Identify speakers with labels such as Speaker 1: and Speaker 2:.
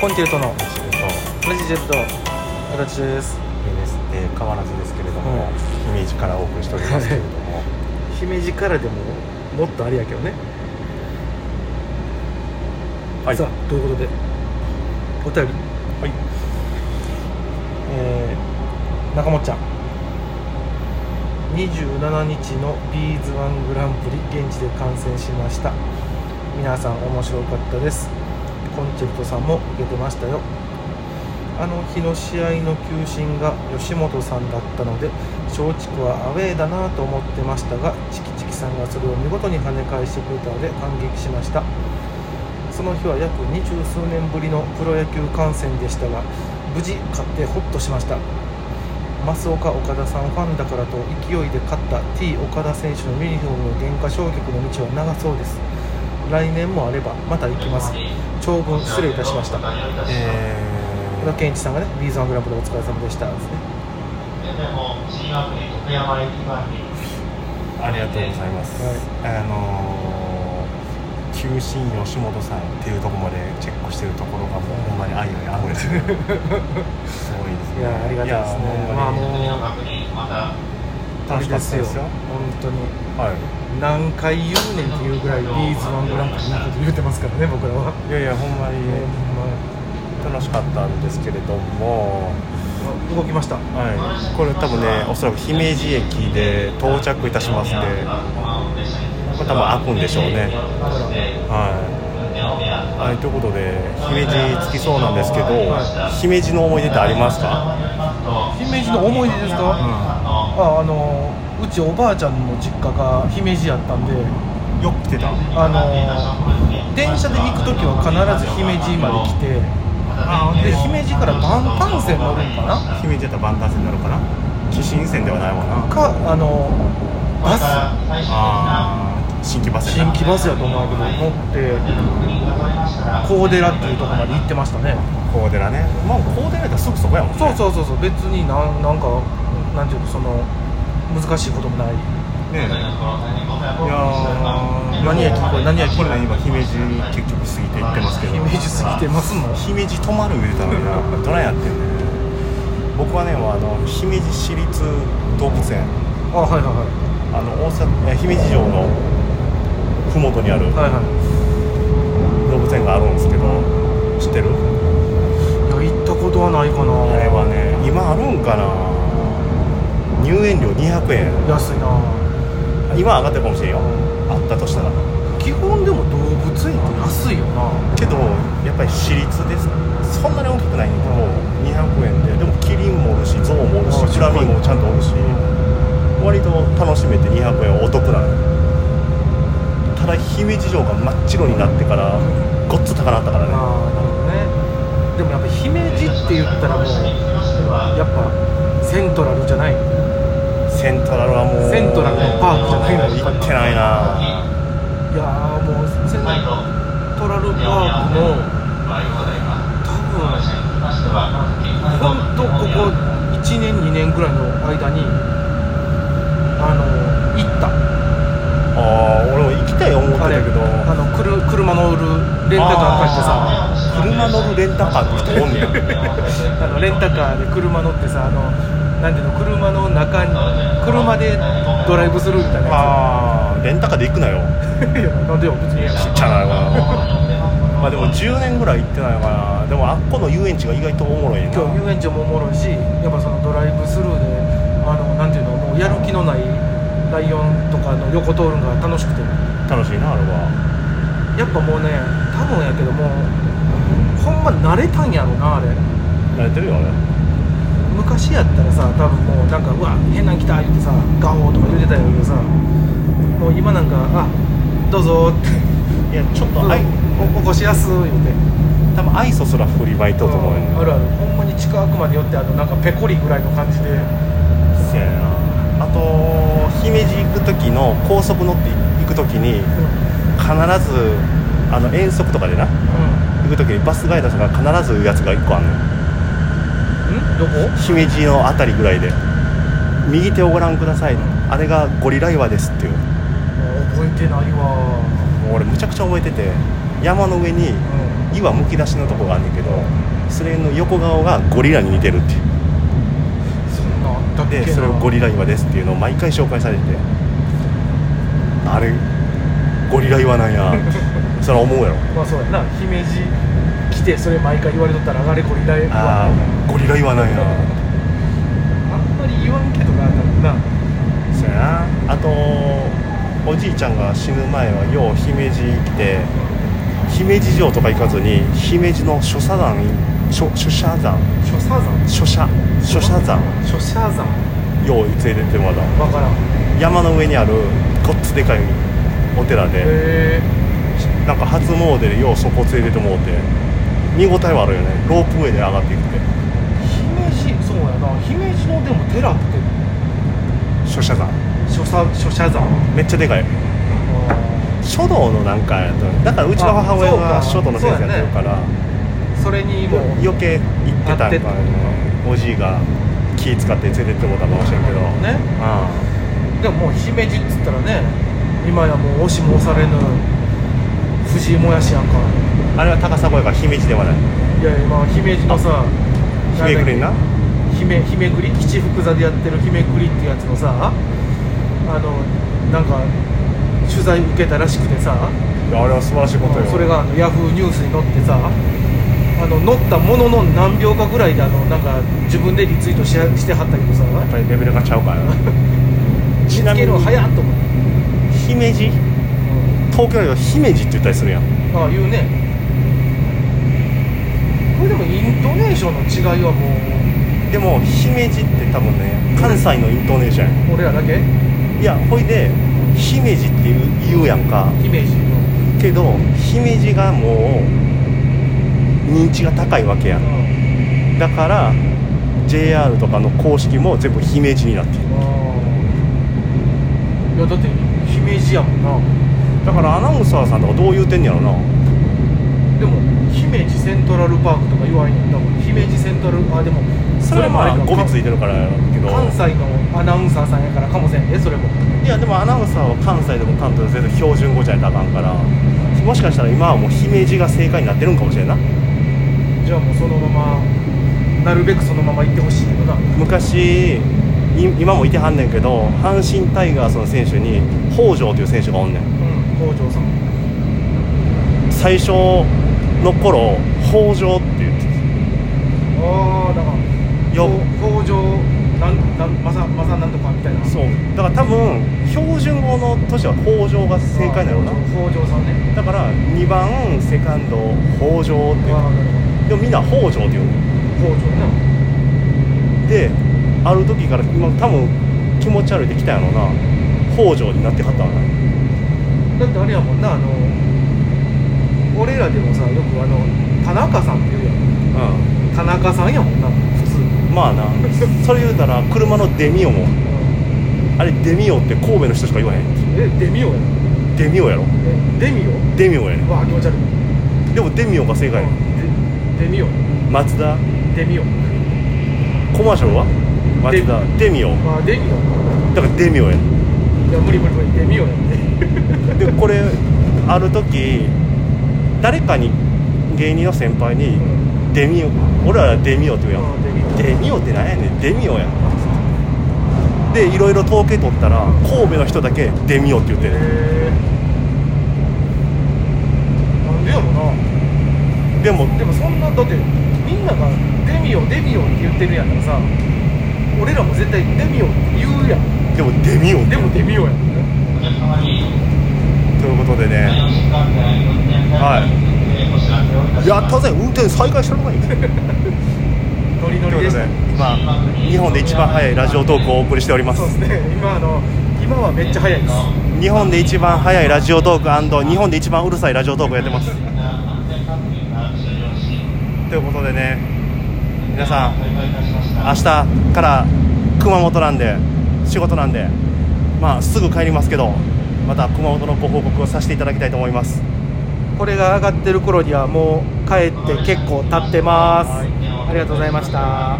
Speaker 1: コンチェルトの
Speaker 2: チルト
Speaker 1: ラジジェット形です
Speaker 2: ですで変わらずですけれど
Speaker 1: う
Speaker 2: も、姫路からお送りしておりますけれども、
Speaker 1: 姫路からでももっとあれやけどね、
Speaker 2: はい、
Speaker 1: さ
Speaker 2: は
Speaker 1: あということでお便り
Speaker 2: い、
Speaker 1: えー、中本ちゃん27日のビーズワングランプリ現地で観戦しました皆さん面白かったですコンチェルトさんも受けてましたよあの日の試合の球審が吉本さんだったので松竹はアウェーだなと思ってましたがチキチキさんがそれを見事に跳ね返してくれたので感激しましたその日は約二十数年ぶりのプロ野球観戦でしたが無事勝ってホッとしました増岡岡田さんファンだからと勢いで勝った T 岡田選手のユニフォームの原価償却の道は長そうです来年もあればまた行きます長文失礼いたしました
Speaker 2: え
Speaker 1: 小田健一さんがねビーズワングランプリお疲れ様でしたですね
Speaker 2: ー、ありがとうございます、あのー、球審吉本さんっていうところまでチェックしてるところがもうほんまに愛をあふれてるすごいですね
Speaker 1: いやーありがたいですね
Speaker 2: やーほん
Speaker 1: まあ
Speaker 2: まに
Speaker 1: も
Speaker 2: 楽しかったですよ
Speaker 1: 本当に
Speaker 2: はい
Speaker 1: 何回言うねんっていうぐらいビーズワングランプリのこと言うてますからね僕らは、
Speaker 2: いやいやほんまに楽しかったんですけれども、
Speaker 1: ほんま動きました
Speaker 2: はい、これ多分ねおそらく姫路駅で到着いたしますんでこれ多分開くんでしょうねはい、はい、ということで姫路着きそうなんですけど姫路の思い出ってありますか、
Speaker 1: 姫路の思い出です
Speaker 2: う
Speaker 1: か、
Speaker 2: ん、
Speaker 1: ああのうちおばあちゃんの実家が姫路やったんで
Speaker 2: よく来てた
Speaker 1: あの電車で行く時は必ず姫路まで来て
Speaker 2: あ
Speaker 1: で姫路から万丹線乗るんかな
Speaker 2: 姫路だったら万端線になるかな紀新線ではないわな
Speaker 1: かあのバス
Speaker 2: あー新規バスや
Speaker 1: 新
Speaker 2: な
Speaker 1: 規バスやと思うけど乗って高寺っていうとこまで行ってましたね
Speaker 2: 高寺ねもう高寺やったらすぐそこやもんね
Speaker 1: そうそうそうそう別になんなんかなんていうのその難しいこともない
Speaker 2: ねえいやー
Speaker 1: 何駅これ何駅
Speaker 2: これね今姫路結局過ぎて行ってますけど
Speaker 1: 姫路過ぎてますもん
Speaker 2: 姫路泊まる言うてたのになどないやってんねん僕はねもうあの姫路市立動物園
Speaker 1: あはいはいは
Speaker 2: あの大阪え姫路城の麓にある
Speaker 1: いはいはい
Speaker 2: 動物園があるんですけど知ってる
Speaker 1: いや行ったことはないかな
Speaker 2: あれはね今あるんかな入園料200円
Speaker 1: 安いな
Speaker 2: 今は上がってるかもしれんよあったとしたら
Speaker 1: 基本でも動物園って安いよな
Speaker 2: けどやっぱり私立ですそんなに大きくないねんけど200円ででもキリンもおるしゾウもおるし
Speaker 1: あ
Speaker 2: フラミンゴもちゃんとおるし割と楽しめて200円はお得なのただ姫路城が真っ白になってからごっつ高なったから
Speaker 1: あーなるほどね
Speaker 2: ね
Speaker 1: でもやっぱ姫路って言ったらもうやっぱセントラルじゃない
Speaker 2: セントラルはもう
Speaker 1: セントラルのパークじゃないの
Speaker 2: 行ってないない
Speaker 1: やーもうセントラルパークの多分ほんとここ1年2年ぐらいの間にあの行った
Speaker 2: ああ俺も行きたい思って
Speaker 1: あ
Speaker 2: た
Speaker 1: れ
Speaker 2: けど
Speaker 1: あのくる車乗るレンタカー借りてさ
Speaker 2: 車乗るレンタカーって人おんねん
Speaker 1: あのレンタカーで車乗ってさあのなんていうの車の中に車でドライブするみたいなや
Speaker 2: ああレンタカーで行くなよ
Speaker 1: つ いやなんでよ別にええやん
Speaker 2: ちっちゃないわまあでも10年ぐらい行ってないかなでもあっこの遊園地が意外とおもろいねんな
Speaker 1: 今日遊園地もおもろいしやっぱそのドライブスルーであのなんていうのもうやる気のないライオンとかの横通るのが楽しくて
Speaker 2: 楽しいなあれは
Speaker 1: やっぱもうね多分やけどもほんま慣れたんやろなあれ
Speaker 2: 慣れてるよあれ
Speaker 1: 昔やったらさ多分もうなんかうわ変なん来た言ってさガオーとか言ってたんやけどさもう今なんかあどうぞーって
Speaker 2: いやちょっとあい
Speaker 1: お起こしやす言うて
Speaker 2: 多分愛想すら振りまいとうと思うよね
Speaker 1: あるあるほんまに近くまで寄ってあのなんかペコリぐらいの感じで
Speaker 2: せやなあと姫路行く時の高速乗って行く時
Speaker 1: う
Speaker 2: に
Speaker 1: ん、
Speaker 2: 必ずあの遠足とかでな行く時にバスガイドさんが必ず言うやつが1個あんねん
Speaker 1: ん、どこ
Speaker 2: 姫路の辺りぐらいで右手をご覧くださいあれがゴリラ岩ですっていう
Speaker 1: 覚えてないわ
Speaker 2: もう俺むちゃくちゃ覚えてて山の上に
Speaker 1: うん
Speaker 2: 岩むき出しのとこがあんねんけどそれの横顔がゴリラに似てるって
Speaker 1: そんなあったっけな
Speaker 2: でそれをゴ
Speaker 1: リ
Speaker 2: リラ岩ですっていうのを毎回紹介されててあれゴリラ岩なんやそれは思うやろ
Speaker 1: まあそうやな姫路来てそれ毎回言われとったらあれゴリラや
Speaker 2: ああゴリラ岩なんや
Speaker 1: あんまり言わんけどな多分な
Speaker 2: そうやなあとおじいちゃんが死ぬ前はよう姫路来て姫路城とか行かずに姫路の諸社山諸諸社山
Speaker 1: 諸砂山
Speaker 2: 諸社諸社山
Speaker 1: 諸砂山
Speaker 2: よう連れてってもらった
Speaker 1: わからん
Speaker 2: 山の上にあるごっつでかいお寺で、
Speaker 1: へえ
Speaker 2: なんか初詣でようそこ連れてってもうて見応えはあるよねロープウェイで上がっていって
Speaker 1: 姫路そうやな姫路のでも寺って
Speaker 2: 諸社山
Speaker 1: 諸砂諸砂山
Speaker 2: めっちゃでかい書道のなんかやとだからうちの母親が
Speaker 1: あそ
Speaker 2: 書
Speaker 1: うか
Speaker 2: 道の先生やってるから、
Speaker 1: それにもう
Speaker 2: 余計行ってたんか
Speaker 1: あって
Speaker 2: ねおじいが気使って連れてってもらったかもしれんけど
Speaker 1: ね
Speaker 2: あ
Speaker 1: でももう姫路っつったらね今やもう押しも押されぬ藤井もやしやんか
Speaker 2: ああれは高砂やから姫路ではない
Speaker 1: いや今姫路のさ
Speaker 2: 姫くれ
Speaker 1: なん
Speaker 2: な
Speaker 1: だっけ姫姫栗七福座でやってる姫栗ってやつのさあのなんか取材受けたらしくてさ
Speaker 2: いやあれは素晴らしいことよ
Speaker 1: それがあのヤフーニュースに載ってさあの載ったものの何秒かぐらいであのなんか自分でリツイートししてはったけどさ
Speaker 2: やっぱりレベルがちゃうから
Speaker 1: 見つ
Speaker 2: ちなみ
Speaker 1: けるの
Speaker 2: に
Speaker 1: 早っと思って、
Speaker 2: 姫路東京より姫路って言ったりするやん
Speaker 1: うん、ああ言うねこれでもイントネーションの違いはも
Speaker 2: でも姫路って多分ね関西のイントネーションや
Speaker 1: う俺らだけ
Speaker 2: んいやほいで姫路って言う言うやんか
Speaker 1: 姫路の
Speaker 2: けど姫路がもう認知が高いわけやん
Speaker 1: うん
Speaker 2: だから JR とかの公式も全部姫路になってる
Speaker 1: ああいやだって姫路やもんな
Speaker 2: だからアナウンサーさんとかどう言うてんねやろな
Speaker 1: でも姫路セントラルパークとか言わへんやん多分姫路セントラルあでも
Speaker 2: それはまあ
Speaker 1: れも
Speaker 2: 語尾
Speaker 1: か
Speaker 2: ついてるからやけど
Speaker 1: 関西のアナウンサーさんやからかもせんでそれも
Speaker 2: いやでもアナウンサーは関西でも関東でも全然標準語じゃないとあかんからもしかしたら今はもう姫路が正解になってるんかもしれんな
Speaker 1: じゃあもうそのままなるべくそのまま行ってほしいけどなうん
Speaker 2: 昔い今もいてはんねんけど阪神タイガースの選手に北条という選手がおんねん
Speaker 1: 北条さん
Speaker 2: 最初の頃北条って言って
Speaker 1: ああだから
Speaker 2: よ
Speaker 1: 北条なんなんまさまさなんとかみたいな
Speaker 2: たそううだから多分標準語のとしては北条が正解なのな
Speaker 1: 北条さんね
Speaker 2: だから2番セカンド北条っていう
Speaker 1: ああなる
Speaker 2: でもみんな北条って言うの
Speaker 1: ほど北条ね
Speaker 2: である時から今多分気持ち悪いできたやろな北条になってはったわな
Speaker 1: だってあれやもんなあの俺らでもさよくあの田中さんって言うやん
Speaker 2: う
Speaker 1: 田中さんやもんな普通、
Speaker 2: んまあ なそれ言うたら車のデミオもあれデミオって神戸の人しか言わへん
Speaker 1: えデミオやん
Speaker 2: デミオやろ
Speaker 1: えデミオ
Speaker 2: デミオやねん
Speaker 1: わあ気持ち悪い、
Speaker 2: でもデミオが正解やね
Speaker 1: うんデデミオ
Speaker 2: んマツダ
Speaker 1: デミオ
Speaker 2: コマーシャルはマ
Speaker 1: デ
Speaker 2: ツダデミオ
Speaker 1: あデミオ
Speaker 2: だからデミオやねん
Speaker 1: いや無理無理無理デミオやんね
Speaker 2: でこれある時誰かに芸人の先輩に「デミオ俺らはデミオ」って言うやん
Speaker 1: デミオ
Speaker 2: デミオってなんやねんデミオやんでいろいろ統計取ったら神戸の人だけデミオって言ってる
Speaker 1: へーなんでやろな
Speaker 2: でも
Speaker 1: でもそんなだってみんながデミオデミオって言ってるやんからさ俺らも絶対デミオって言うやん
Speaker 2: でもデミオって
Speaker 1: でもデミオやんね
Speaker 3: お客様に
Speaker 2: ということで
Speaker 3: 第
Speaker 2: ね
Speaker 3: 4新幹線運転再開につい
Speaker 2: やったぜ運転再開した
Speaker 3: てお知らせをいたします。
Speaker 2: の かいというこ
Speaker 1: ノリノリ
Speaker 2: と
Speaker 1: でした
Speaker 2: で今日本で一番早いラジオトークをお送りしております
Speaker 1: そうですね今あの今はめっちゃ早いです
Speaker 2: 日本で一番早いラジオトーク日本で一番うるさいラジオトークをやってます
Speaker 3: 安全確認が終了し、
Speaker 2: ということでね皆さん
Speaker 3: 再開いたしました。
Speaker 2: 明日から熊本なんで仕事なんでまあすぐ帰りますけどまた熊本のご報告をさせていただきたいと思います
Speaker 1: これが上がってる頃にはもう帰って結構経ってますありがとうございました